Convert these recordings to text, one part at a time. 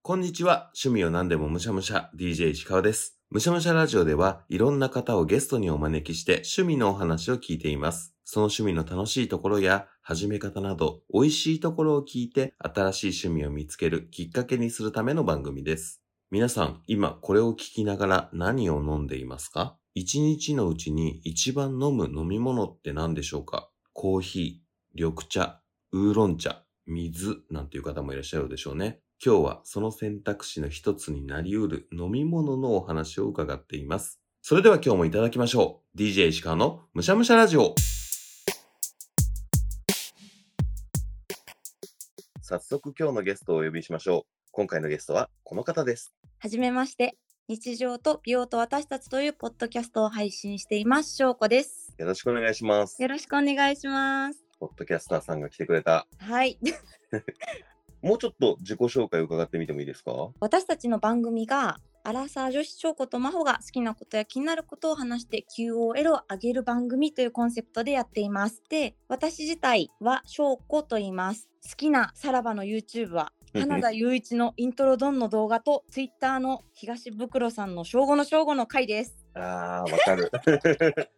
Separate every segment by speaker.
Speaker 1: こんにちは。趣味を何でもむしゃむしゃ、DJ 石川です。むしゃむしゃラジオでは、いろんな方をゲストにお招きして、趣味のお話を聞いています。その趣味の楽しいところや、始め方など、美味しいところを聞いて、新しい趣味を見つけるきっかけにするための番組です。皆さん、今これを聞きながら何を飲んでいますか一日のうちに一番飲む飲み物って何でしょうかコーヒー、緑茶、ウーロン茶、水なんていう方もいらっしゃるでしょうね。今日はその選択肢の一つになりうる飲み物のお話を伺っています。それでは今日もいただきましょう。DJ 石川のむしゃむしゃラジオ。早速今日のゲストをお呼びしましょう。今回のゲストはこの方です。
Speaker 2: はじめまして。日常と美容と私たちというポッドキャストを配信しています。しょうこです。
Speaker 1: よろしくお願いします
Speaker 2: よ。ろしくお願いします。
Speaker 1: ポッドキャスターさんが来てくれた。
Speaker 2: はい。
Speaker 1: もうちょっと自己紹介を伺ってみてもいいですか
Speaker 2: 私たちの番組が、アラサー女子しょうことまほが好きなことや気になることを話して QOL を上げる番組というコンセプトでやっています。で、私自体はしょうこと言います。好きなさらばの YouTube は、花田雄一のイントロドンの動画と Twitter の東袋さんの正午の正午の回です。
Speaker 1: あー、わかる。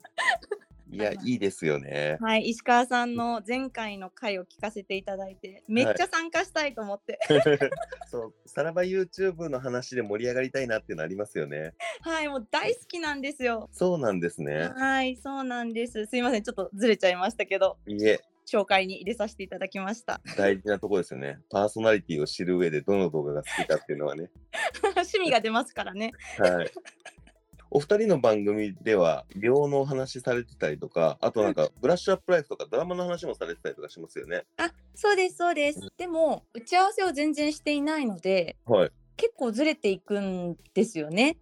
Speaker 1: いや、いいですよね。
Speaker 2: はい、石川さんの前回の回を聞かせていただいて、めっちゃ参加したいと思って、
Speaker 1: そう、さらば YouTube の話で盛り上がりたいなっていうのありますよね。
Speaker 2: はい、もう大好きなんですよ。
Speaker 1: そうなんですね。
Speaker 2: はい、そうなんです。すいません、ちょっとずれちゃいましたけど、
Speaker 1: いえ、
Speaker 2: 紹介に入れさせていただきました。
Speaker 1: 大事なとこですよね。パーソナリティを知る上でどの動画が好きかっていうのはね。
Speaker 2: 趣味が出ますからね。
Speaker 1: はい。お二人の番組では、病のお話されてたりとか、あとなんか、ブラッシュアップライフとかドラマの話もされてたりとかしますよね。
Speaker 2: あ、そうです、そうです。でも、打ち合わせを全然していないので、
Speaker 1: はい。
Speaker 2: 結構ずれていくんですよね。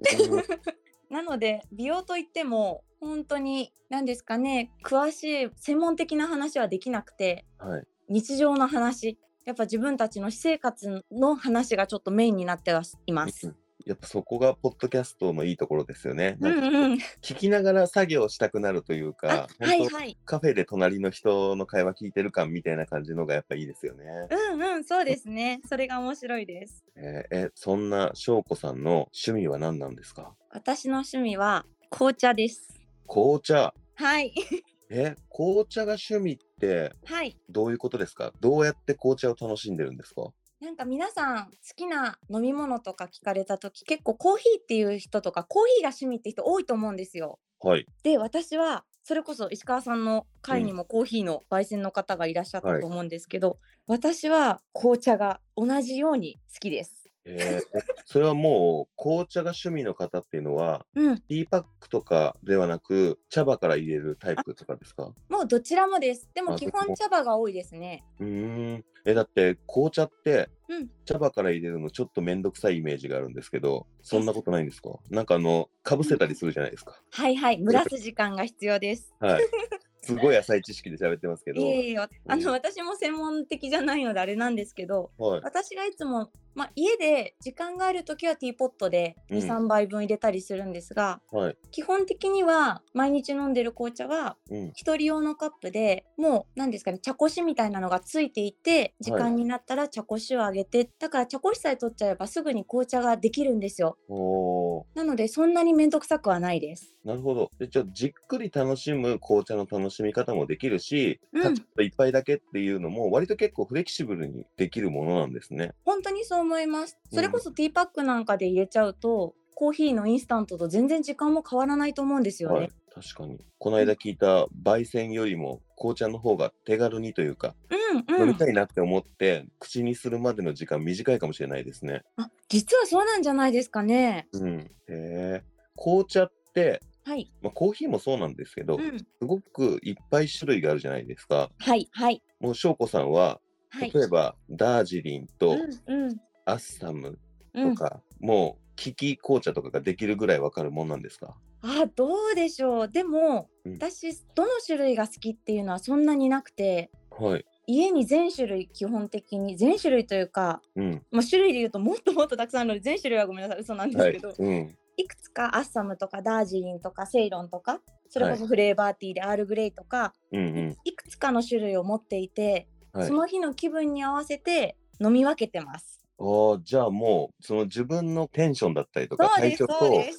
Speaker 2: なので美容といっても本当に何ですかね詳しい専門的な話はできなくて、
Speaker 1: はい
Speaker 2: 日常の話やっぱ自分たちの私生活の話がちょっとメインになってはいます。
Speaker 1: やっぱそこがポッドキャストのいいところですよね。
Speaker 2: う
Speaker 1: なんんか
Speaker 2: うん、
Speaker 1: 聞きながら作業したくなるという
Speaker 2: あ
Speaker 1: か、
Speaker 2: はい
Speaker 1: 本当
Speaker 2: はい、
Speaker 1: カフェで隣の人の会話聞いてる感みたいな感じのがやっぱいいですよね。
Speaker 2: うんうん、そうです ね。それが面白いです。
Speaker 1: えーえそんな翔子さんの趣味は何なんですか
Speaker 2: 私の趣味は紅茶です。
Speaker 1: 紅茶。
Speaker 2: はい、
Speaker 1: え、紅茶が趣味って
Speaker 2: はい。
Speaker 1: どういうことですかどうやって紅茶を楽しんでるんですか
Speaker 2: なんか皆さん好きな飲み物とか聞かれた時結構コーヒーっていう人とかコーヒーが趣味って人多いと思うんですよ。
Speaker 1: はい。
Speaker 2: で私はそれこそ石川さんの会にもコーヒーの焙煎の方がいらっしゃっ
Speaker 1: は
Speaker 2: た
Speaker 1: い
Speaker 2: と思うんですけど、私は紅茶が同じように好きです。
Speaker 1: えーえそれはもう紅茶が趣味の方っていうのは
Speaker 2: うん、
Speaker 1: ティーパックとかではなく茶葉から入れるタイプとかですか
Speaker 2: もうどちらもです。で
Speaker 1: あ
Speaker 2: も基
Speaker 1: どっちも
Speaker 2: 本茶葉が多いですね。
Speaker 1: うーん。え、だって紅茶って、
Speaker 2: うん
Speaker 1: 茶葉から入れるのちょっとめんどくさいイメージがあるんですけど、そんなことないんですかなんかあの、かぶせたりするじゃないですか。
Speaker 2: はいはい、蒸らす時間が必要です。
Speaker 1: はい。すごい浅い知識で喋ってますけど
Speaker 2: い、えいえ、あ
Speaker 1: うん
Speaker 2: の私も専門的じゃないのであれなんですけど、
Speaker 1: はい。
Speaker 2: 私がいつも、まあ、家で時間がある時はティーポットで
Speaker 1: うん
Speaker 2: 23、杯分入れたりするんですが、
Speaker 1: はい
Speaker 2: 基本的には毎日飲んでる紅茶は
Speaker 1: うん。
Speaker 2: 一人用のカップでもう何ですかね茶こしみたいなのがついていて時間になったら茶こしをあげて、だから茶こしさえ取っちゃえばすぐに紅茶ができるんですよ
Speaker 1: おー
Speaker 2: なのでそんなに面倒くさくはないです
Speaker 1: なるほど。で、ちょ、じっくり楽しむ紅茶の楽しみ方もできるし、
Speaker 2: うん
Speaker 1: カチッと一杯だけっていうのも、割と結構フレキシブルにできるものなんですね。
Speaker 2: 本当にそう思います
Speaker 1: うん
Speaker 2: それこそティーパックなんかで入れちゃうと、コーヒーのインスタントと全然時間も変わらないと思うんですよね、
Speaker 1: はい。確かに。この間聞いた焙煎よりも、紅茶の方が手軽にというか、
Speaker 2: うんう
Speaker 1: 飲
Speaker 2: ん
Speaker 1: みたいなって思って、口にするまでの時間短いかもしれないですね。
Speaker 2: あ実はそうなんじゃないですかね。
Speaker 1: うん。へえ。紅茶って、
Speaker 2: はい、
Speaker 1: まあ、コーヒーもそうなんですけど、
Speaker 2: うん、
Speaker 1: すごくいっぱい種類があるじゃないですか。
Speaker 2: はいはい
Speaker 1: もう翔子さんは、
Speaker 2: はい。
Speaker 1: 例えば、ダージリンと
Speaker 2: うんうん
Speaker 1: アッサム
Speaker 2: う
Speaker 1: と
Speaker 2: ん、
Speaker 1: か、もう利き紅茶とかができるぐらいわかるもんなんですか
Speaker 2: あどうでしょうでも、
Speaker 1: うん
Speaker 2: 私どの種類が好きっていうのはそんなになくて
Speaker 1: はい。
Speaker 2: 家に全種類基本的に全種類というか、
Speaker 1: うん。
Speaker 2: まあ、種類で言うともっともっとたくさんあるので全種類はごめんなさい嘘なんで
Speaker 1: は
Speaker 2: す
Speaker 1: い
Speaker 2: けど、。
Speaker 1: うん。
Speaker 2: い、くつかアッサムとかダージリンとかセイロンとかそれこそフレーバーティーでアールグレイとか、
Speaker 1: うんうん。
Speaker 2: いくつかの種類を持っていて、
Speaker 1: はい
Speaker 2: そ。の日の気分に合わせて飲み分けてます。
Speaker 1: ああ、じゃあもう、その自分のテンションだったりとか、
Speaker 2: そう
Speaker 1: 体
Speaker 2: で
Speaker 1: 調
Speaker 2: すそ
Speaker 1: と
Speaker 2: うです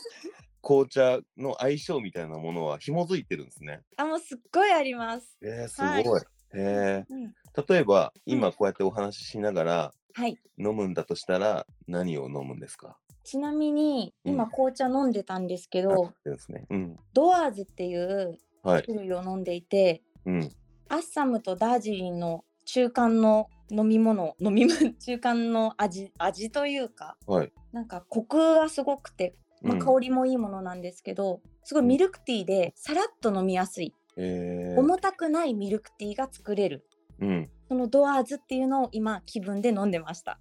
Speaker 1: 紅茶の相性みたいなものは紐づいてるんですね。
Speaker 2: あもうすっごいあります、
Speaker 1: えー、す
Speaker 2: はい
Speaker 1: ごい。え
Speaker 2: うん、
Speaker 1: ー、例えば、
Speaker 2: うん
Speaker 1: 今こうやってお話ししながら
Speaker 2: はい
Speaker 1: 飲むんだとしたら、何を飲むんですか
Speaker 2: ちなみに今
Speaker 1: うん
Speaker 2: 紅茶飲んでたんですけど、
Speaker 1: ですね。うん。
Speaker 2: ドアーズっていう
Speaker 1: はい。
Speaker 2: 種類を飲んでいて
Speaker 1: うん。
Speaker 2: アッサムとダージリンの中間の飲み物飲み物中間の味味というか
Speaker 1: はい。
Speaker 2: なんかコクがすごくて、まあ、
Speaker 1: うん
Speaker 2: 香りもいいものなんですけど、すごい
Speaker 1: うん
Speaker 2: ミルクティーでさらっと飲みやすい、
Speaker 1: えー、
Speaker 2: 重たくないミルクティーが作れる
Speaker 1: うん。
Speaker 2: そのドアーズっていうのを今気分で飲んでました。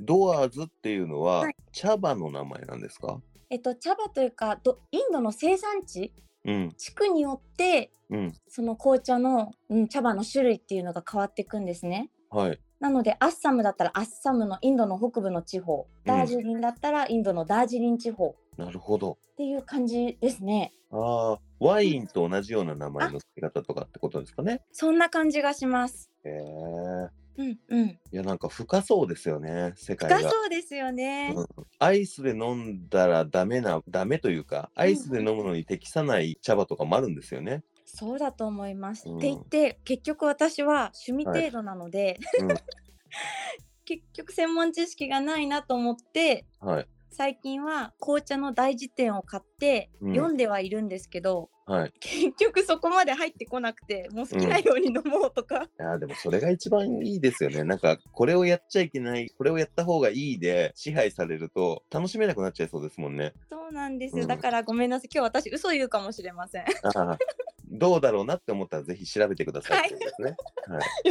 Speaker 1: ドアーズっていうのは
Speaker 2: はい、
Speaker 1: 茶葉の名前なんですか
Speaker 2: えっと、茶葉というかどインドの生産地
Speaker 1: うん。
Speaker 2: 地区によって
Speaker 1: うん。
Speaker 2: その紅茶の、うん、茶葉の種類っていうのが変わっていくんですね。
Speaker 1: はい。
Speaker 2: なのでアッサムだったらアッサムのインドの北部の地方ダージリンだったらインドのダージリン地方
Speaker 1: なるほど。
Speaker 2: っていう感じですね。
Speaker 1: ああ、ワインと同じような名前の付け方とかってことですかね。
Speaker 2: そんな感じがします。
Speaker 1: へえ。
Speaker 2: うんうん。
Speaker 1: いや、なんか深そうですよね、世界
Speaker 2: 深
Speaker 1: が。
Speaker 2: そうですよね。
Speaker 1: うんアイスで飲んだらダメな、ダメというか、アイスで飲むのに適さない茶葉とかもあるんですよね。
Speaker 2: そうだと思います。
Speaker 1: うん
Speaker 2: って言って結局私は趣味
Speaker 1: はい
Speaker 2: 程度なので、
Speaker 1: うん
Speaker 2: 結局専門知識がないなと思って
Speaker 1: はい。
Speaker 2: 最近は紅茶の大辞典を買って
Speaker 1: うん
Speaker 2: 読んではいるんですけど、
Speaker 1: はい。
Speaker 2: 結局そこまで入ってこなくてもう好きなように飲もうとか、
Speaker 1: いや、でもそれが一番いいですよね。なんか、これをやっちゃいけない、これをやった方がいいで支配されると、楽しめなくなっちゃいそうですもんね。
Speaker 2: そうなんです
Speaker 1: う
Speaker 2: よ
Speaker 1: ん
Speaker 2: だからごめんなさい今日私嘘言うかもしれ ませんよ
Speaker 1: ああ、どうだろうなって思ったら、ぜひ調べてくださいってことですね。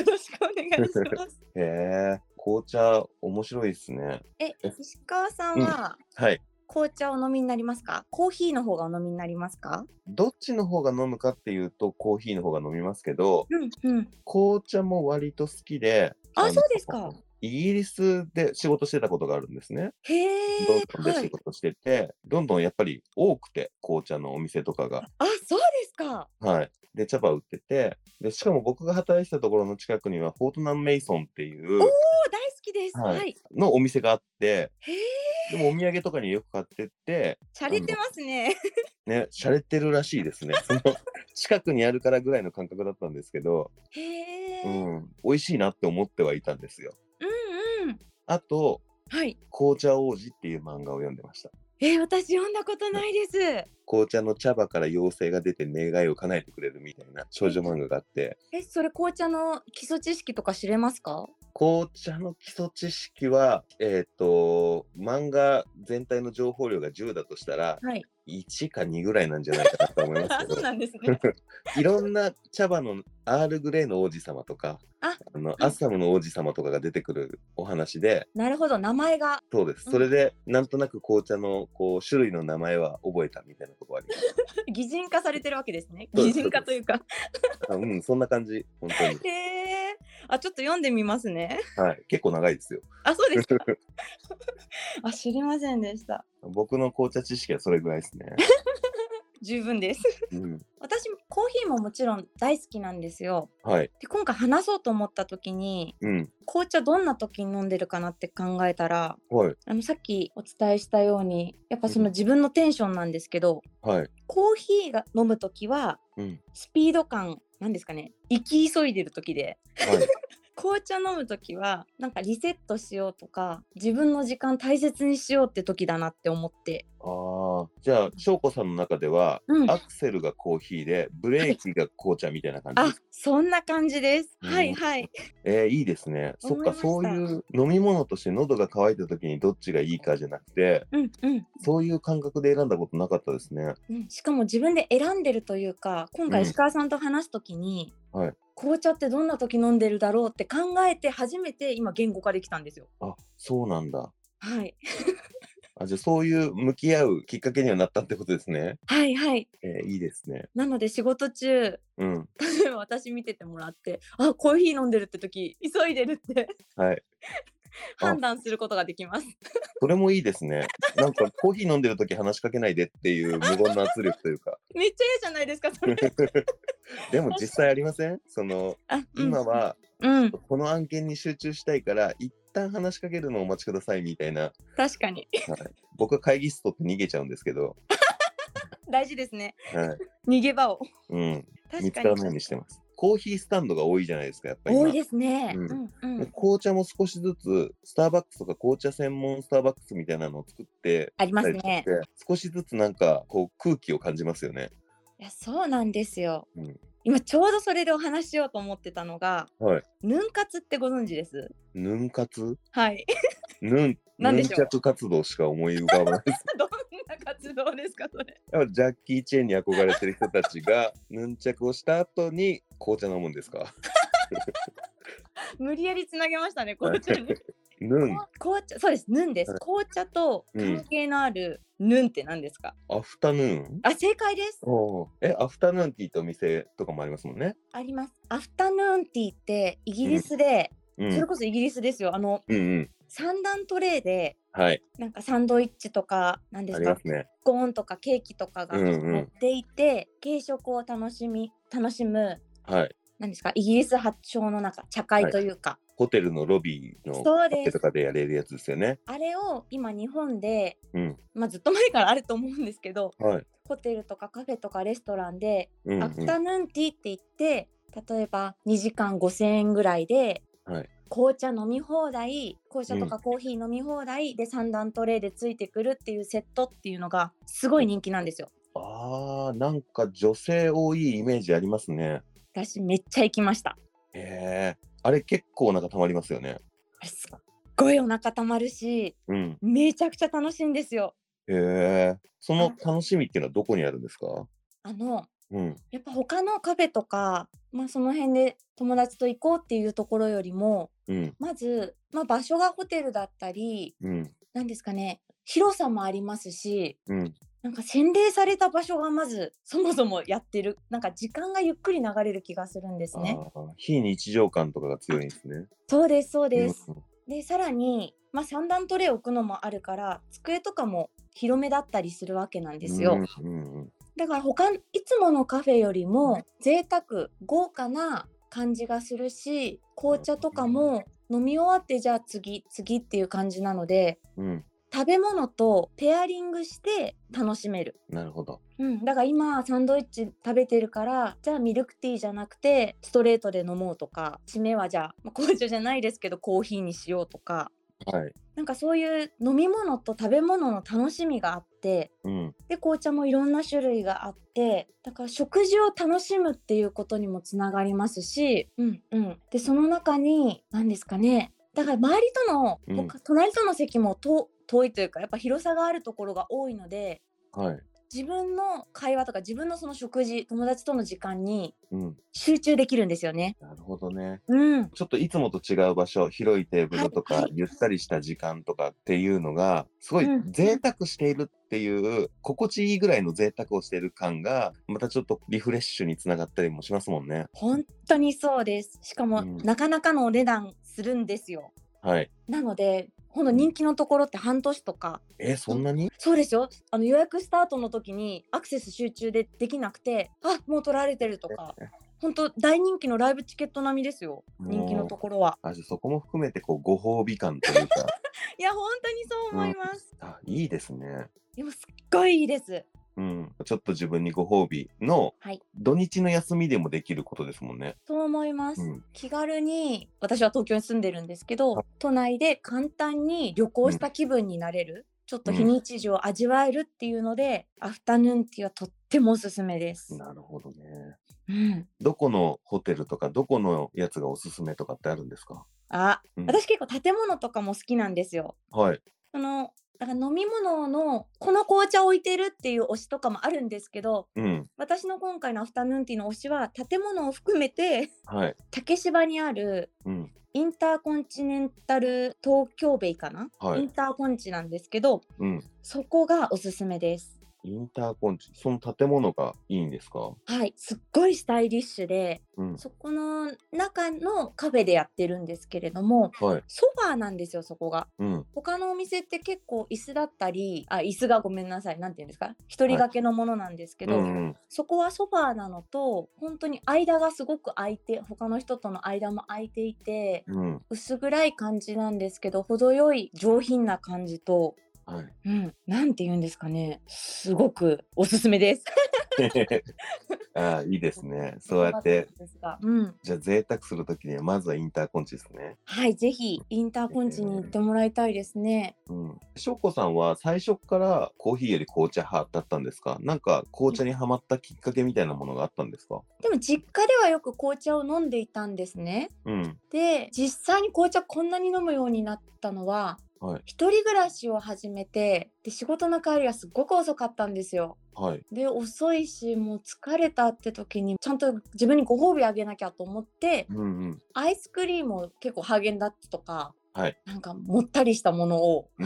Speaker 2: ろしくお願いします
Speaker 1: へえ、紅茶、面白いですね。
Speaker 2: え石川さんは
Speaker 1: はい。
Speaker 2: 紅茶をお飲みになりますかコーヒーの方がお飲みになりますか
Speaker 1: どっちの方が飲むかっていうと、コーヒーの方が飲みますけど、
Speaker 2: うんうん
Speaker 1: 紅茶も割と好きで。
Speaker 2: あ
Speaker 1: の
Speaker 2: そうですか。
Speaker 1: イギリスで仕事してたことがあるんですね。
Speaker 2: へ
Speaker 1: ロン
Speaker 2: え
Speaker 1: ドンで
Speaker 2: は
Speaker 1: 仕
Speaker 2: い
Speaker 1: 事してて、どんどんやっぱり多くて、紅茶のお店とかが。
Speaker 2: あそうですか
Speaker 1: はい。で、茶葉売ってて、で、しかも僕が働いてたところの近くには、フォートナム・メイソンっていう
Speaker 2: お大好きですは
Speaker 1: はい
Speaker 2: い、
Speaker 1: のお店があって、
Speaker 2: へえ
Speaker 1: でもお土産とかによく買ってって、
Speaker 2: 洒落てますね
Speaker 1: ね、洒落てるらしい ですね。その近くにあるからぐらいの感覚だったんですけど、
Speaker 2: へえ、
Speaker 1: う
Speaker 2: うん、うん
Speaker 1: ん、美味しいなって思ってはいたんですよ。あと、
Speaker 2: はい
Speaker 1: 紅茶王子っていう漫画を読んでました。
Speaker 2: えー、私読んだことないです
Speaker 1: 紅茶の茶葉から妖精が出て願いを叶えてくれるみたいな少女漫画があって、
Speaker 2: えそれ紅茶の基礎知識とか知れますか
Speaker 1: 紅茶の基礎知識は、えっ、と、漫画全体の情報量が10だとしたら、
Speaker 2: はい
Speaker 1: 1か2ぐらいなんじゃないかなと思いま
Speaker 2: あ
Speaker 1: すけ
Speaker 2: そう
Speaker 1: ど、
Speaker 2: なんです ね
Speaker 1: いろんな茶葉のアールグレイの王子様とか、
Speaker 2: あ
Speaker 1: のアッサムの王子様とかが出てくるお話で、
Speaker 2: なるほど名前が
Speaker 1: そうです。
Speaker 2: うん
Speaker 1: それで、なんとなく紅茶のこう種類の名前は覚えたみたいなことはあります。
Speaker 2: 擬人化されてるわけですね。
Speaker 1: そう
Speaker 2: 擬
Speaker 1: です
Speaker 2: 人化というか。
Speaker 1: あうん、そんな感じ、本当に。
Speaker 2: へえ。あ、ちょっと読んでみますね。
Speaker 1: はい、結構長いですよ。
Speaker 2: あ、そう ですか。あ、知りませんでした。
Speaker 1: 僕の紅茶知識はそれぐらいですね。
Speaker 2: 十分です。
Speaker 1: うん、
Speaker 2: 私コーヒーももちろん大好きなんですよ。
Speaker 1: はい、
Speaker 2: で、今回話そうと思った時に、
Speaker 1: うん、
Speaker 2: 紅茶どんな時に飲んでるかなって考えたら、
Speaker 1: はい、
Speaker 2: あのさっきお伝えしたように、やっぱそうの
Speaker 1: ん
Speaker 2: 自分のテンションなんですけど、
Speaker 1: はい、
Speaker 2: コーヒーが飲む時は
Speaker 1: うん、
Speaker 2: スピード感なんですかね。生き急いでる時で。
Speaker 1: はい、
Speaker 2: 紅茶飲む時はなんかリセットしようとか自分の時間大切にしようって時だなって思って、
Speaker 1: ああ、じゃあ、翔子さんの中では、
Speaker 2: うん、
Speaker 1: アクセルがコーヒーで、ブレーキが紅茶みたいな感じ。
Speaker 2: あそんな感じです、
Speaker 1: うん
Speaker 2: はいはい
Speaker 1: えーいいですね。そっ
Speaker 2: 思いま
Speaker 1: か、
Speaker 2: した
Speaker 1: そういう飲み物として喉が渇いた時にどっちがいいかじゃなくて、
Speaker 2: うんうん、
Speaker 1: そういう感覚で選んだことなかったですね。
Speaker 2: うん、しかも自分で選んでるというか今
Speaker 1: う
Speaker 2: 回
Speaker 1: ん
Speaker 2: 石川さんと話す時に、
Speaker 1: はい
Speaker 2: 紅茶ってどんな時飲んでるだろうって考えて初めて今言語化できたんですよ
Speaker 1: あ、そうなんだ。
Speaker 2: はい
Speaker 1: あ、じゃあ、そういう向き合うきっかけにはなったってことですね。
Speaker 2: はいはい
Speaker 1: えーいいですね。
Speaker 2: なので仕事中
Speaker 1: うん。
Speaker 2: 例えば私見ててもらってあコーヒー飲んでるって時急いでるって
Speaker 1: はい。あ
Speaker 2: 判断することができます
Speaker 1: それもいいですね。なんかコーヒー飲んでる時話しかけないでっていう無言の圧力というか。
Speaker 2: めっちゃ嫌じゃないですかそれ
Speaker 1: でも実際ありませんその
Speaker 2: あうん
Speaker 1: 今は
Speaker 2: うん、
Speaker 1: この案件に集中したいから一旦話しかけるのをお待ちくださいみたいな、
Speaker 2: 確かに
Speaker 1: 僕は会議室取って逃げちゃうんですけど、
Speaker 2: 大事ですね
Speaker 1: はい、
Speaker 2: 逃げ場を
Speaker 1: うん、見
Speaker 2: 確
Speaker 1: つ
Speaker 2: か
Speaker 1: か
Speaker 2: に
Speaker 1: らないようにしてます。コーヒースタンドが多いじゃないですか、やっぱり今。
Speaker 2: 多いですね、
Speaker 1: う
Speaker 2: うんんうん
Speaker 1: で紅茶も少しずつ、スターバックスとか紅茶専門スターバックスみたいなのを作って、
Speaker 2: あります
Speaker 1: たり
Speaker 2: ね
Speaker 1: して少しずつなんかこう空気を感じますよね。
Speaker 2: いやそうなんですよ、
Speaker 1: うん
Speaker 2: 今ちょうどそれでお話ししようと思ってたのが、
Speaker 1: はい
Speaker 2: ヌン活ってご存知です
Speaker 1: ヌン活
Speaker 2: はい
Speaker 1: ヌン、ヌ
Speaker 2: 何で
Speaker 1: ン
Speaker 2: しょう
Speaker 1: 着活動しか思い浮かば ないです。
Speaker 2: どんな活動ですかそれ
Speaker 1: やっぱジャッキー・チェーンに憧れてる人たちが、ヌン着をした後に紅茶飲むんですか
Speaker 2: 無理やりつなげましたね紅茶 に
Speaker 1: ヌン、
Speaker 2: こ紅茶そうですヌンです紅茶と関係のあるヌンって何ですか、
Speaker 1: アフタヌーン
Speaker 2: あ正解です
Speaker 1: おーえ、アフタヌーンティーってお店とかもありますもんね。
Speaker 2: ありますアフタヌーンティーってイギリスで、
Speaker 1: う
Speaker 2: それ
Speaker 1: ん。
Speaker 2: こそイギリスですよあの
Speaker 1: うんうん。
Speaker 2: 三段トレイで
Speaker 1: はい。
Speaker 2: なんかサンドイッチとか何で
Speaker 1: あ
Speaker 2: す
Speaker 1: り
Speaker 2: か
Speaker 1: ますね。
Speaker 2: コーンとかケーキとかが
Speaker 1: うんうん
Speaker 2: 乗っていて、軽食を楽しみ楽しむ
Speaker 1: はい。
Speaker 2: 何ですかイギリス発祥の中茶会というか、
Speaker 1: ホテルのロビーの
Speaker 2: そ
Speaker 1: カ
Speaker 2: うで
Speaker 1: フ
Speaker 2: す
Speaker 1: ェとかでやれるやつですよね。
Speaker 2: あれを今日本で、
Speaker 1: うん
Speaker 2: まあ、ずっと前からあると思うんですけど
Speaker 1: はい。
Speaker 2: ホテルとかカフェとかレストランで、
Speaker 1: うん、うん。
Speaker 2: アフタヌーンティーって言って例えば2時間5,000円ぐらいで、
Speaker 1: はい
Speaker 2: 紅茶飲み放題紅茶とかコーヒー飲み放題、で三段トレイでついてくるっていうセットっていうのがすごい人気なんですよ。
Speaker 1: あー、なんか女性多いイメージありますね。
Speaker 2: 私めっちゃ行きました。
Speaker 1: へえ。あれ結構なんかたまりますよね。
Speaker 2: あれすっごいお腹たまるし
Speaker 1: うん。
Speaker 2: めちゃくちゃ楽しいんですよ。
Speaker 1: へえ。その楽しみっていうのはどこにあるんですか
Speaker 2: あの
Speaker 1: うん。
Speaker 2: やっぱ他のカフェとか、まあ、その辺で友達と行こうっていうところよりも
Speaker 1: うん。
Speaker 2: まず、まあ、場所がホテルだったり
Speaker 1: うん。
Speaker 2: なんですかね広さもありますし
Speaker 1: うん。
Speaker 2: なんか洗練された場所がまずそもそもやってるなんか時間がゆっくり流れる気がするんです
Speaker 1: あ
Speaker 2: ね。
Speaker 1: ー非日常感とかが強いんですね。
Speaker 2: そうですそうです。
Speaker 1: うん
Speaker 2: でさらに、まあ、三段トレイ置くのもあるから机とかも広めだったりするわけなんですよ。
Speaker 1: うんうんうん
Speaker 2: だから他いつものカフェよりも贅沢豪華な感じがするし紅茶とかも飲み終わってじゃあ次次っていう感じなので
Speaker 1: うん、
Speaker 2: 食べ物とペアリングして楽しめる。
Speaker 1: なるほど。
Speaker 2: うん、だから今サンドイッチ食べてるからじゃあミルクティーじゃなくてストレートで飲もうとか締めはじゃあ、まあ、紅茶じゃないですけどコーヒーにしようとか
Speaker 1: はい。
Speaker 2: なんかそういう飲み物と食べ物の楽しみがあって
Speaker 1: うん。
Speaker 2: で紅茶もいろんな種類があってだから食事を楽しむっていうことにもつながりますし、うんうん、でその中に何ですかねだから周りとの、
Speaker 1: うん
Speaker 2: 他隣との席もと遠いというかやっぱ広さがあるところが多いので
Speaker 1: はい。
Speaker 2: 自分の会話とか自分のその食事友達との時間に
Speaker 1: うん。
Speaker 2: 集中できるんですよね。
Speaker 1: なるほどね。
Speaker 2: うん、
Speaker 1: ちょっといつもと違う場所、広いテーブルと
Speaker 2: はい
Speaker 1: か
Speaker 2: は、
Speaker 1: ゆったりした時間とかっていうのが、すごい
Speaker 2: うん
Speaker 1: 贅沢しているっていう、心地いいぐらいの贅沢をしている感が、またちょっとリフレッシュにつながったりもしますもんね。
Speaker 2: 本当にそうです。しかも、
Speaker 1: うん
Speaker 2: なかなかのお値段するんですよ。
Speaker 1: はい。
Speaker 2: なので、ほんの人気のところって半年とか、
Speaker 1: え、そんなに
Speaker 2: そうですよ。あの予約スタートの時にアクセス集中でできなくて、あもう取られてるとか、本当大人気のライブチケット並みですよ。人気のところは。
Speaker 1: あじゃあそこも含めて、こう、ご褒美感という か、
Speaker 2: いや本当にそう思います。
Speaker 1: あ、いいですね。
Speaker 2: でもすっごいいいです。
Speaker 1: うん。ちょっと自分にご褒美の
Speaker 2: はい、土
Speaker 1: 土日の休みでもできることですもんね。
Speaker 2: と思います。
Speaker 1: うん。
Speaker 2: 気軽に私は東京に住んでるんですけど、
Speaker 1: はい
Speaker 2: 都内で簡単に旅行した気分になれる、ちょっと非日常を味わえるっていうので、アフタヌーンティーはとってもおすすめです。
Speaker 1: なるほどね。
Speaker 2: うん、
Speaker 1: どこのホテルとかどこのやつがおすすめとかってあるんですか、
Speaker 2: あ、
Speaker 1: うん
Speaker 2: 私結構建物とかも好きなんですよ。
Speaker 1: はい。
Speaker 2: そのだから飲み物のこの紅茶置いてるっていう推しとかもあるんですけど
Speaker 1: うん。
Speaker 2: 私の今回のアフタヌーンティーの推しは建物を含めて
Speaker 1: はい。
Speaker 2: 竹芝にある
Speaker 1: うん。
Speaker 2: インターコンチネンタル東京ベイかな、
Speaker 1: はい
Speaker 2: インターコンチなんですけど
Speaker 1: うん。
Speaker 2: そこがおすすめです。
Speaker 1: インターコンチ、その建物がいいんですか
Speaker 2: はい、すっごいスタイリッシュで、
Speaker 1: うん。
Speaker 2: そこの中のカフェでやってるんですけれども、
Speaker 1: はい。
Speaker 2: ソファーなんですよ、そこが。
Speaker 1: うん。
Speaker 2: 他のお店って結構椅子だったり、あ、椅子がごめんなさい、なんて言うんですか一人掛けのものなんですけ
Speaker 1: う
Speaker 2: ど、
Speaker 1: ん。
Speaker 2: そこはソファーなのと、本当に間がすごく空いて、他の人との間も空いていて、
Speaker 1: うん。
Speaker 2: 薄暗い感じなんですけど、程よい上品な感じと、
Speaker 1: はい。
Speaker 2: うん、なんて言うんですかね、すごくおすすめです。
Speaker 1: ああ、いいですね。 そうやって、。
Speaker 2: ですがうん、
Speaker 1: じゃあ贅沢するときには、まずはインターコンチですね。
Speaker 2: はい、ぜひインターコンチに行ってもらいたいですね。
Speaker 1: うん。しょうこさんは最初からコーヒーより紅茶派だったんですかなんか紅茶にはまったきっかけみたいなものがあったんですか
Speaker 2: でも実家ではよく紅茶を飲んでいたんですね。
Speaker 1: うん。
Speaker 2: で、実際に紅茶こんなに飲むようになったのは、
Speaker 1: はい。
Speaker 2: 一人暮らしを始めて、で、仕事の帰りがすっごく遅かったんですよ。
Speaker 1: はい。
Speaker 2: で、遅いし、もう疲れたって時に、ちゃんと自分にご褒美あげなきゃと思って、
Speaker 1: うんうん。
Speaker 2: アイスクリームを結構ハーゲンダッツとか、
Speaker 1: はい
Speaker 2: なんかもったりしたものを
Speaker 1: うん。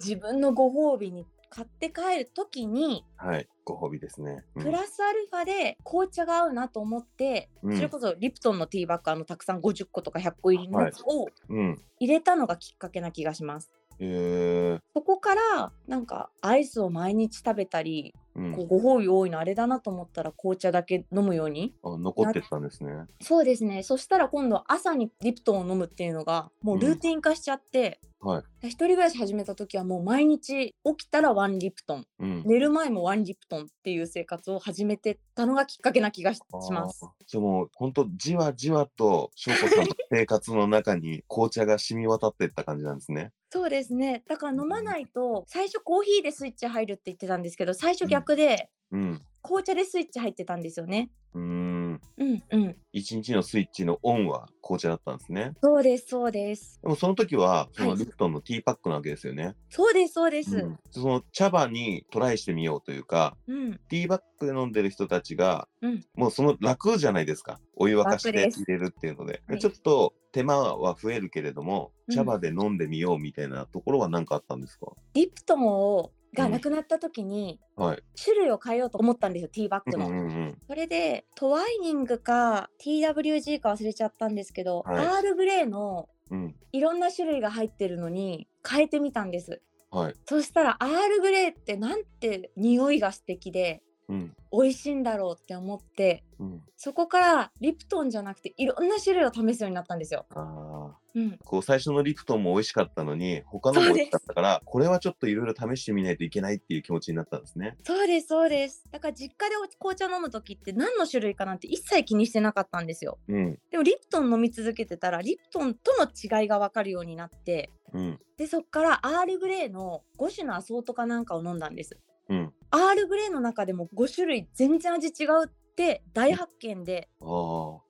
Speaker 2: 自分のご褒美に買って帰る時に、
Speaker 1: はい。ご褒美ですね。うん
Speaker 2: プラスアルファで紅茶が合うなと思って、
Speaker 1: うん
Speaker 2: それこそリプトンのティーバッグあのたくさん50個とか100個入りのやつを
Speaker 1: うん。
Speaker 2: 入れたのがきっかけな気がします。
Speaker 1: へえ。
Speaker 2: そこからなんかアイスを毎日食べたり、
Speaker 1: うん
Speaker 2: こ。うご褒美多いのあれだなと思ったら紅茶だけ飲むように。
Speaker 1: あ残ってったんですね。
Speaker 2: そうですね。そしたら今度は朝にリプトンを飲むっていうのがもうルーティン化しちゃって、
Speaker 1: うんはい
Speaker 2: 一人暮らし始めた時はもう毎日起きたらワンリプトン、
Speaker 1: うん。
Speaker 2: 寝る前もワンリプトンっていう生活を始めてたのがきっかけな気がしします
Speaker 1: あ。ー。でも本当じわじわとしょうこさんの生活の中に紅茶が染み渡ってった感じなんですね。
Speaker 2: そうですね。だから飲まないと、最初コーヒーでスイッチ入るって言ってたんですけど、最初逆で、
Speaker 1: うん。
Speaker 2: 紅茶でスイッチ入ってたんですよね。
Speaker 1: うーん。
Speaker 2: うんうん。
Speaker 1: 一日のスイッチのオンは紅茶だったんですね。
Speaker 2: そうです、そうです。
Speaker 1: でもその時はその
Speaker 2: はい
Speaker 1: リプトンのティーパックなわけですよね。
Speaker 2: そうです、そうです。
Speaker 1: うんその茶葉にトライしてみようというか、
Speaker 2: うん。
Speaker 1: ティーバッグで飲んでる人たちが、
Speaker 2: うん
Speaker 1: もうその楽じゃないですか。お湯沸かして
Speaker 2: 楽です
Speaker 1: 入れるっていうので。
Speaker 2: はい
Speaker 1: ちょっと手間は増えるけれども、
Speaker 2: うん
Speaker 1: 茶葉で飲んでみようみたいなところは何かあったんですか、
Speaker 2: リプトンを、
Speaker 1: う
Speaker 2: が
Speaker 1: ん
Speaker 2: なくなった時に、
Speaker 1: はい。
Speaker 2: 種類を変えようと思ったんですよ、ティーバッグの。
Speaker 1: うんうん
Speaker 2: それで、トワイニングか TWG か忘れちゃったんですけど、
Speaker 1: はい
Speaker 2: アールグレーの
Speaker 1: うん。
Speaker 2: いろんな種類が入ってるのに変えてみたんです。
Speaker 1: うん。はい。
Speaker 2: そしたら、アールグレーってなんて匂いが素敵で、
Speaker 1: うん。
Speaker 2: 美味しいんだろうって思って
Speaker 1: うん、
Speaker 2: そこからリプトンじゃなくていろんな種類を試すようになったんですよ。
Speaker 1: ああ。
Speaker 2: うん、
Speaker 1: こう最初のリプトンも美味しかったのに、他のも美味しかったから、これはちょっといろいろ試してみないといけないっていう気持ちになったんですね。
Speaker 2: そうですそうです。だから実家で紅茶飲む時って何の種類かなんて一切気にしてなかったんですよ。
Speaker 1: うん。
Speaker 2: でもリプトン飲み続けてたらリプトンとの違いが分かるようになって
Speaker 1: うん。
Speaker 2: でそっからアールグレーの5種のアソートかなんかを飲んだんです。
Speaker 1: うん。
Speaker 2: アールグレーの中でも5種類全然味違うって大発見で
Speaker 1: ああ。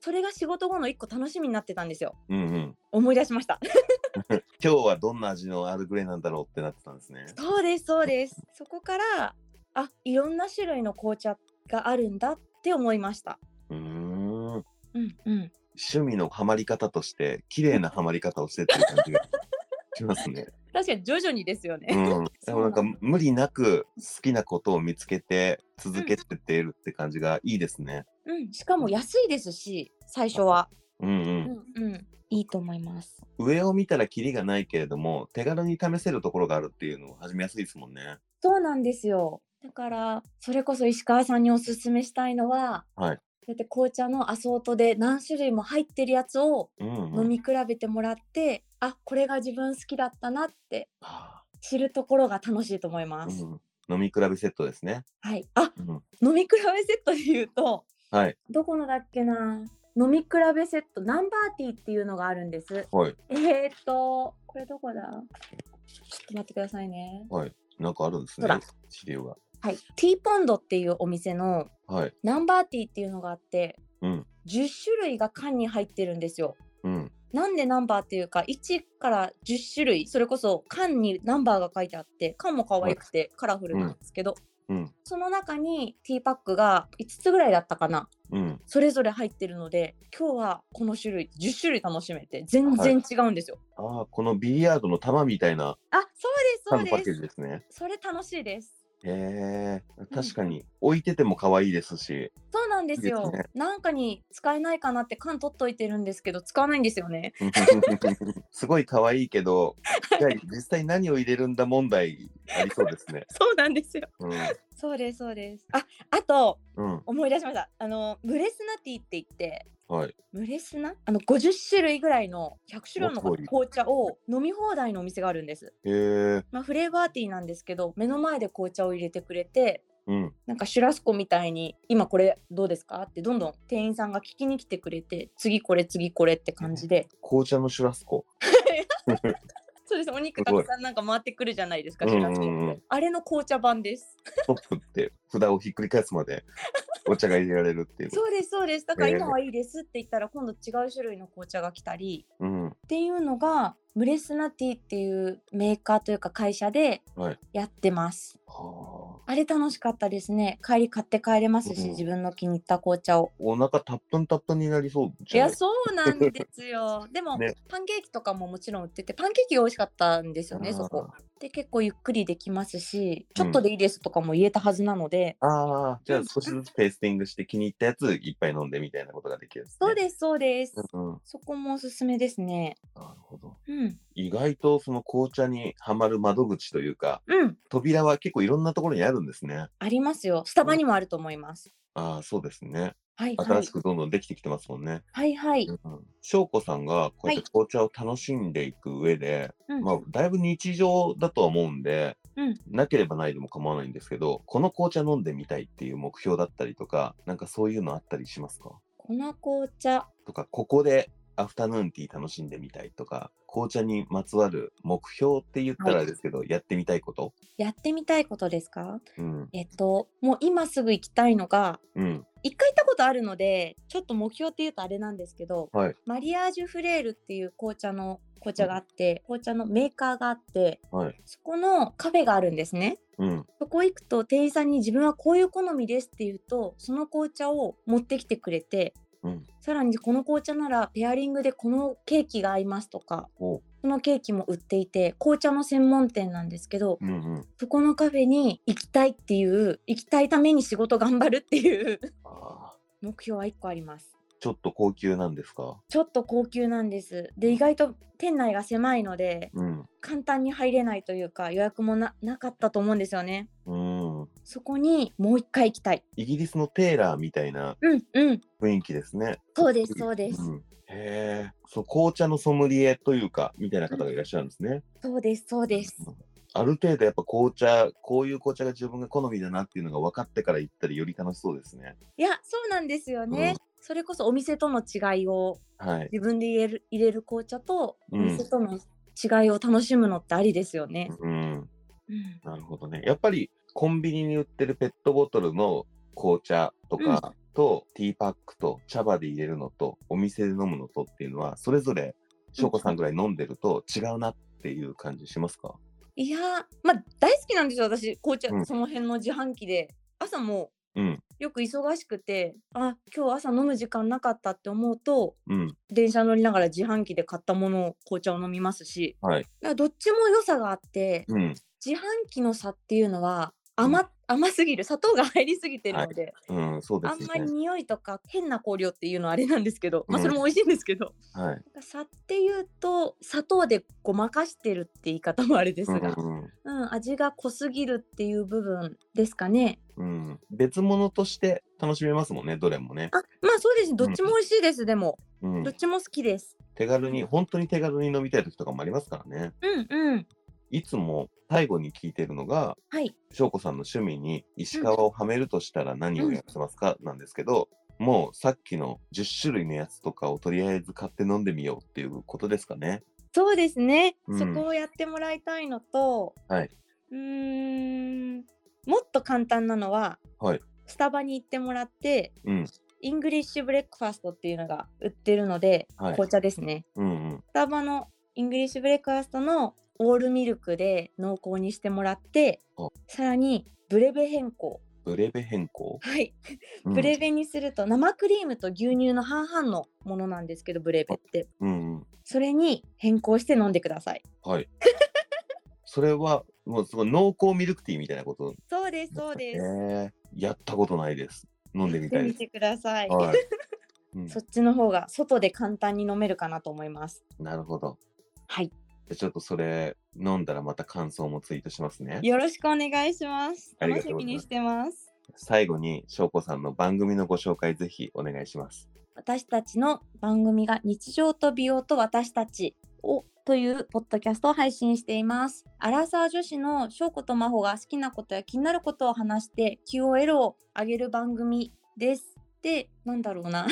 Speaker 2: それが仕事後の1個楽しみになってたんですよ。
Speaker 1: うんうん。
Speaker 2: 思い出しました。
Speaker 1: 今日はどんな味のアールグレーなんだろうってなってたんですね。
Speaker 2: そうですそうです。そこからあいろんな種類の紅茶があるんだって思いました。
Speaker 1: うーん。
Speaker 2: うんうん。
Speaker 1: 趣味のハマり方として綺麗なハマり方をしてっていう感じがします ね。
Speaker 2: 確かに徐々にですよ
Speaker 1: う
Speaker 2: ね。
Speaker 1: ん、でもなんか
Speaker 2: そうなん
Speaker 1: 無理なく好きなことを見つけて続けてってるって感じがいいですね。
Speaker 2: うん。しかも安いですし最初は。
Speaker 1: うんうん
Speaker 2: うんうん。いいと思います。
Speaker 1: 上を見たらキリがないけれども手軽に試せるところがあるっていうのを始めやすいですもんね。
Speaker 2: そうなんですよ。だからそれこそ石川さんにおすすめしたいのは、
Speaker 1: はい
Speaker 2: こうやって紅茶のアソートで何種類も入ってるやつを
Speaker 1: うんう
Speaker 2: 飲
Speaker 1: ん、
Speaker 2: み比べてもらって、あこれが自分好きだったなって
Speaker 1: はあ
Speaker 2: 知るところが楽しいと思いま
Speaker 1: う
Speaker 2: す。
Speaker 1: ん飲み比べセットですね。
Speaker 2: はい。あ
Speaker 1: うん、
Speaker 2: 飲み比べセットで言うと
Speaker 1: はい
Speaker 2: どこのだっけな飲み比べセットナンバーティーっていうのがあるんです
Speaker 1: はい
Speaker 2: えー、っとこれどこだちょっと待ってくださいね
Speaker 1: はいなんかあるんですね
Speaker 2: ほら
Speaker 1: 資料が。
Speaker 2: はいティーポンドっていうお店の
Speaker 1: はい。
Speaker 2: ナンバーティーっていうのがあって、
Speaker 1: うん
Speaker 2: 10種類が缶に入ってるんですよ
Speaker 1: うん
Speaker 2: なんでナンバーっていうか1から10種類それこそ缶にナンバーが書いてあって缶も可愛くてカラフルなんですけど、
Speaker 1: うん
Speaker 2: その中にティーパックが5つぐらいだったかな
Speaker 1: うん。
Speaker 2: それぞれ入ってるので今日はこの種類10種類楽しめて全
Speaker 1: はい
Speaker 2: 然違うんですよ。
Speaker 1: ああこのビリヤードの玉みたいな
Speaker 2: あそうです
Speaker 1: 缶の
Speaker 2: そ
Speaker 1: パ
Speaker 2: う
Speaker 1: ッケ
Speaker 2: で
Speaker 1: ージ
Speaker 2: す。
Speaker 1: ですね。
Speaker 2: それ楽しいです。
Speaker 1: へえ、確かに置いてても可愛いです し、
Speaker 2: そうなんです
Speaker 1: いい
Speaker 2: よ
Speaker 1: ですね
Speaker 2: なんかに使えないかなって缶取っといてるんですけど使わないんですよね
Speaker 1: すごい可愛いけど、じゃあ実際何を入れるんだ問題ありそうですね。
Speaker 2: そうなんですよ
Speaker 1: うん
Speaker 2: そうですそうですああと
Speaker 1: うん、
Speaker 2: 思い出しましたあのムレスナティって言って
Speaker 1: はい。
Speaker 2: ムレスナあの50種類ぐらいの100種類の
Speaker 1: お通り
Speaker 2: 紅茶を飲み放題のお店があるんです、
Speaker 1: へえ、
Speaker 2: まあ、フレーバーティーなんですけど目の前で紅茶を入れてくれて
Speaker 1: うん、
Speaker 2: なんかシュラスコみたいに「今これどうですか?」ってどんどん店員さんが聞きに来てくれて次これ次これって感じで
Speaker 1: 紅茶のシュラスコ。
Speaker 2: そうですお肉
Speaker 1: す
Speaker 2: た
Speaker 1: ごい
Speaker 2: くさんなんか回ってくるじゃないですか
Speaker 1: うん
Speaker 2: シ
Speaker 1: う
Speaker 2: ュラスコって、
Speaker 1: んうん。
Speaker 2: あれの紅茶版です
Speaker 1: トップって札をひっくり返すまでお茶が入れられるっていう。
Speaker 2: そうですそうですだから
Speaker 1: へえ
Speaker 2: 今はいいですって言ったら今度違う種類の紅茶が来たり
Speaker 1: うん、
Speaker 2: っていうのがムレスナティっていうメーカーというか会社で
Speaker 1: はい
Speaker 2: やってます、
Speaker 1: はあ。
Speaker 2: あれ楽しかったですね帰り買って帰れますし、
Speaker 1: うん
Speaker 2: 自分の気に入った紅茶を
Speaker 1: お腹たっぷんたっぷんになりそう
Speaker 2: い
Speaker 1: じゃ
Speaker 2: や
Speaker 1: ない
Speaker 2: そうなんです よでも、
Speaker 1: ね
Speaker 2: パンケーキとかももちろん売っててパンケーキが美味しかったんですよね
Speaker 1: あー
Speaker 2: そこで結構ゆっくりできますしちょ
Speaker 1: うん
Speaker 2: っとでいいですとかも言えたはずなので、
Speaker 1: ああ、じゃあ少しずつペースティングして気に入ったやついっぱい飲んでみたいなことができるんです、ね。
Speaker 2: そうですそうです、
Speaker 1: うんうん、
Speaker 2: そこもおすすめですね
Speaker 1: なるほど。
Speaker 2: うん
Speaker 1: 意外とその紅茶にはまる窓口というか、
Speaker 2: うん
Speaker 1: 扉は結構いろんなところにあるんですね。
Speaker 2: ありますよスタバにもあると思います、
Speaker 1: ああ、そうですね。
Speaker 2: はいは
Speaker 1: 新
Speaker 2: い
Speaker 1: しくどんどんできてきてますもんね。
Speaker 2: はいはい、
Speaker 1: うん翔子さんがこうやって紅茶を楽しんでいく上で、
Speaker 2: うん
Speaker 1: まあ、だいぶ日常だとは思うんで、
Speaker 2: うん
Speaker 1: なければないでも構わないんですけど、この紅茶飲んでみたいっていう目標だったりとか、なんかそういうのあったりしますか
Speaker 2: 粉紅茶
Speaker 1: とか、ここでアフタヌーンティー楽しんでみたいとか、紅茶にまつわる目標って言ったらあれですけど、やってみたいこと。
Speaker 2: やってみたいことですか
Speaker 1: うん。
Speaker 2: えっともう今すぐ行きたいのが
Speaker 1: うん。
Speaker 2: 一回行ったことあるのでちょっと目標っていうとあれなんですけど、
Speaker 1: はい
Speaker 2: マリアージュフレールっていう紅茶の紅茶があって、紅茶のメーカーがあって
Speaker 1: はい。
Speaker 2: そこのカフェがあるんですね
Speaker 1: うん。
Speaker 2: そこ行くと店員さんに自分はこういう好みですって言うとその紅茶を持ってきてくれて
Speaker 1: うん。
Speaker 2: さらにこの紅茶ならペアリングでこのケーキが合いますとか
Speaker 1: おう。
Speaker 2: そのケーキも売っていて紅茶の専門店なんですけど
Speaker 1: うんうん。
Speaker 2: そこのカフェに行きたいっていう行きたいために仕事頑張るっていう
Speaker 1: あー
Speaker 2: 目標は1個あります。
Speaker 1: ちょっと高級なんですか
Speaker 2: ちょっと高級なんです。で意外と店内が狭いので
Speaker 1: うん。
Speaker 2: 簡単に入れないというか予約もななかったと思うんですよね。
Speaker 1: うん。
Speaker 2: そこにもう一回行きたい。
Speaker 1: イギリスのテーラーみたいな
Speaker 2: うんうん。
Speaker 1: 雰囲気ですね。
Speaker 2: そうですそうです。
Speaker 1: うん、へえ、そう紅茶のソムリエというかみたいな方がいらっしゃるんですね。
Speaker 2: そうですそうです。
Speaker 1: うんある程度やっぱ紅茶、こういう紅茶が自分が好みだなっていうのが分かってから行ったりより楽しそうですね。
Speaker 2: いやそうなんですよね。
Speaker 1: うん
Speaker 2: それこそお店との違いを
Speaker 1: はい。
Speaker 2: 自分で入れる入れる紅茶とお
Speaker 1: うん
Speaker 2: 店との違いを楽しむのってありですよね。
Speaker 1: うん、
Speaker 2: うん、
Speaker 1: なるほどね。やっぱりコンビニに売ってるペットボトルの紅茶とかと、ティーパックと茶葉で入れるのとお店で飲むのとっていうのはそれぞれ翔子さんぐらい飲んでると違うなっていう感じしますか、
Speaker 2: いやーまあ大好きなんですよ私紅茶、
Speaker 1: うん
Speaker 2: その辺の自販機で朝も
Speaker 1: うん、
Speaker 2: よく忙しくてあ今日朝飲む時間なかったって思うと
Speaker 1: うん、
Speaker 2: 電車乗りながら自販機で買ったものを紅茶を飲みますし
Speaker 1: はい、
Speaker 2: だからどっちも良さがあって
Speaker 1: うん、
Speaker 2: 自販機の差っていうのは
Speaker 1: うん
Speaker 2: 甘,、甘すぎる砂糖が入りすぎてるので、
Speaker 1: うん、そうで
Speaker 2: あ
Speaker 1: す
Speaker 2: ん
Speaker 1: ね。
Speaker 2: まり匂いとか変な香料っていうのはあれなんですけど、まあ、それも美味しいんですけど、
Speaker 1: はい。
Speaker 2: 差っていうと砂糖でごまかしてるって言い方もあれです
Speaker 1: うん
Speaker 2: が、
Speaker 1: うん
Speaker 2: うん、味が濃すぎるっていう部分ですかね。
Speaker 1: うん、うん別物として楽しめますもんね、どれもね。
Speaker 2: あまあそうですねどっちも美味しいです、でも
Speaker 1: うん
Speaker 2: どっ、ちも好きです。
Speaker 1: 手軽に、本当に手軽に飲みたい時とかもありますからね。
Speaker 2: うんうん。
Speaker 1: いつも最後に聞いてるのが、
Speaker 2: はい。
Speaker 1: 翔子さんの趣味に石川をはめるとしたら何をやってますか、なんですけど、もうさっきの10種類のやつとかをとりあえず買って飲んでみようっていうことですかね。
Speaker 2: そうですね。
Speaker 1: うん
Speaker 2: そこをやってもらいたいのと、
Speaker 1: はい。
Speaker 2: うーん。もっと簡単なのは、
Speaker 1: はい
Speaker 2: スタバに行ってもらって、
Speaker 1: うん、
Speaker 2: イングリッシュブレックファーストっていうのが売ってるので、
Speaker 1: はい
Speaker 2: 紅茶ですね。
Speaker 1: うん、うん。
Speaker 2: スタバのイングリッシュブレックファーストのオールミルクで濃厚にしてもらって
Speaker 1: あ、
Speaker 2: さらにブレベ変更。
Speaker 1: ブレベ変更。
Speaker 2: はい。
Speaker 1: うん
Speaker 2: ブレベにすると生クリームと牛乳の半々のものなんですけど、ブレベって。
Speaker 1: うん、うん。
Speaker 2: それに変更して飲んでください。
Speaker 1: はい。それはもうすごい濃厚ミルクティーみたいなこと
Speaker 2: そうですそうで
Speaker 1: え
Speaker 2: す。
Speaker 1: ーやったことないです。飲んでみたい
Speaker 2: 見
Speaker 1: です。
Speaker 2: てください。
Speaker 1: はい。うん
Speaker 2: そっちの方が外で簡単に飲めるかなと思います。
Speaker 1: なるほど。
Speaker 2: はい。
Speaker 1: じゃあちょっとそれ飲んだらまた感想もツイートしますね。
Speaker 2: よろしくお願いします。
Speaker 1: ありが
Speaker 2: 楽
Speaker 1: とうご
Speaker 2: し
Speaker 1: ざ
Speaker 2: み
Speaker 1: います
Speaker 2: にしてます。
Speaker 1: 最後に翔子さんの番組のご紹介ぜひお願いします。
Speaker 2: 私たちの番組が日常と美容と私たちをというポッドキャストを配信しています。アラサー女子の翔子と真帆が好きなことや気になることを話して QOL を上げる番組です。で、なんだろうな。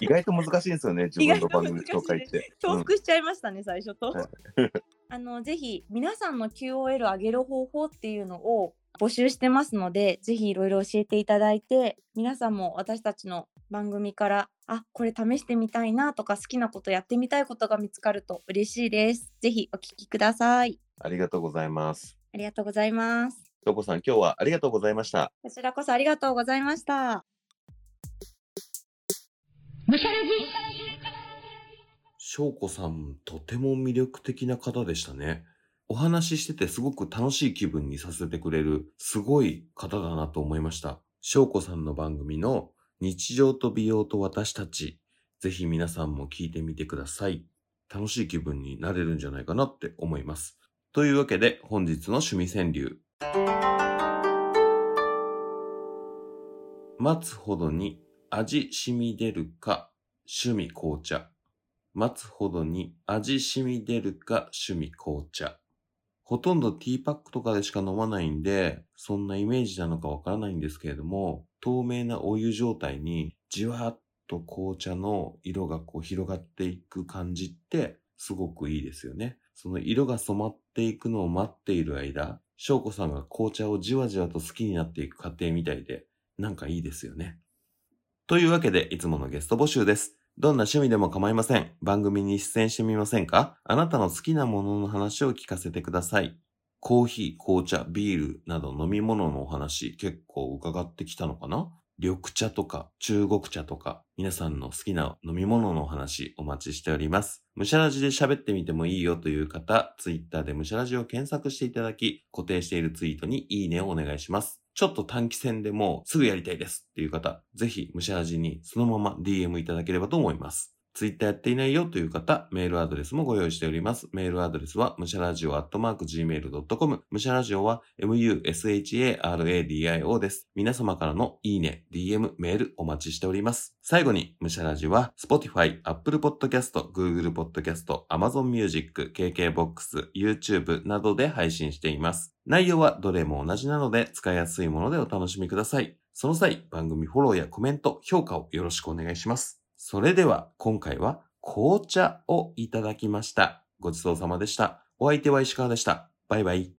Speaker 1: 意外と難しいんですよね、自分の番組紹介って。
Speaker 2: 重複しちゃいましたね、最初と
Speaker 1: はい。
Speaker 2: あのぜひ皆さんの QOL 上げる方法っていうのを募集してますので、ぜひいろいろ教えていただいて、皆さんも私たちの番組から、あこれ試してみたいなとか、好きなことやってみたいことが見つかると嬉しいです。ぜひお聞きください。
Speaker 1: ありがとうございます。
Speaker 2: ありがとうございます。
Speaker 1: 翔子さん、今日はありがとうございました。
Speaker 2: こちらこそありがとうございました。
Speaker 3: むしゃらじ
Speaker 1: 翔子さん、とても魅力的な方でしたね。お話ししててすごく楽しい気分にさせてくれる、すごい方だなと思いました。翔子さんの番組の日常と美容と私たち、ぜひ皆さんも聞いてみてください。楽しい気分になれるんじゃないかなって思います。というわけで、本日の趣味川柳。待つほどに味染み出るか、趣味紅茶。待つほどに味染み出るか趣味紅茶。ほとんどティーパックとかでしか飲まないんで、そんなイメージなのかわからないんですけれども、透明なお湯状態にじわっと紅茶の色がこう広がっていく感じってすごくいいですよね。その色が染まっていくのを待っている間、翔子さんが紅茶をじわじわと好きになっていく過程みたいで、なんかいいですよね。というわけで、いつものゲスト募集です。どんな趣味でも構いません。番組に出演してみませんかあなたの好きなものの話を聞かせてください。コーヒー、紅茶、ビールなど飲み物のお話結構伺ってきたのかな緑茶とか中国茶とか皆さんの好きな飲み物のお話お待ちしております。むしゃらじで喋ってみてもいいよという方、ツイッターでむしゃらじを検索していただき、固定しているツイートにいいねをお願いします。ちょっと短期戦でもうすぐやりたいですっていう方、ぜひむしゃらじにそのまま DM いただければと思います。ツイッターやっていないよという方、メールアドレスもご用意しております。メールアドレスは、むしゃらじお gmail.com。むしゃらじおは、musharadio です。皆様からのいいね、DM、メールお待ちしております。最後に、むしゃらじは、Spotify、Apple Podcast、Google Podcast、Amazon Music、KKBOX、YouTube などで配信しています。内容はどれも同じなので、使いやすいものでお楽しみください。その際、番組フォローやコメント、評価をよろしくお願いします。それでは、今回は紅茶をいただきました。ごちそうさまでした。お相手は石川でした。バイバイ。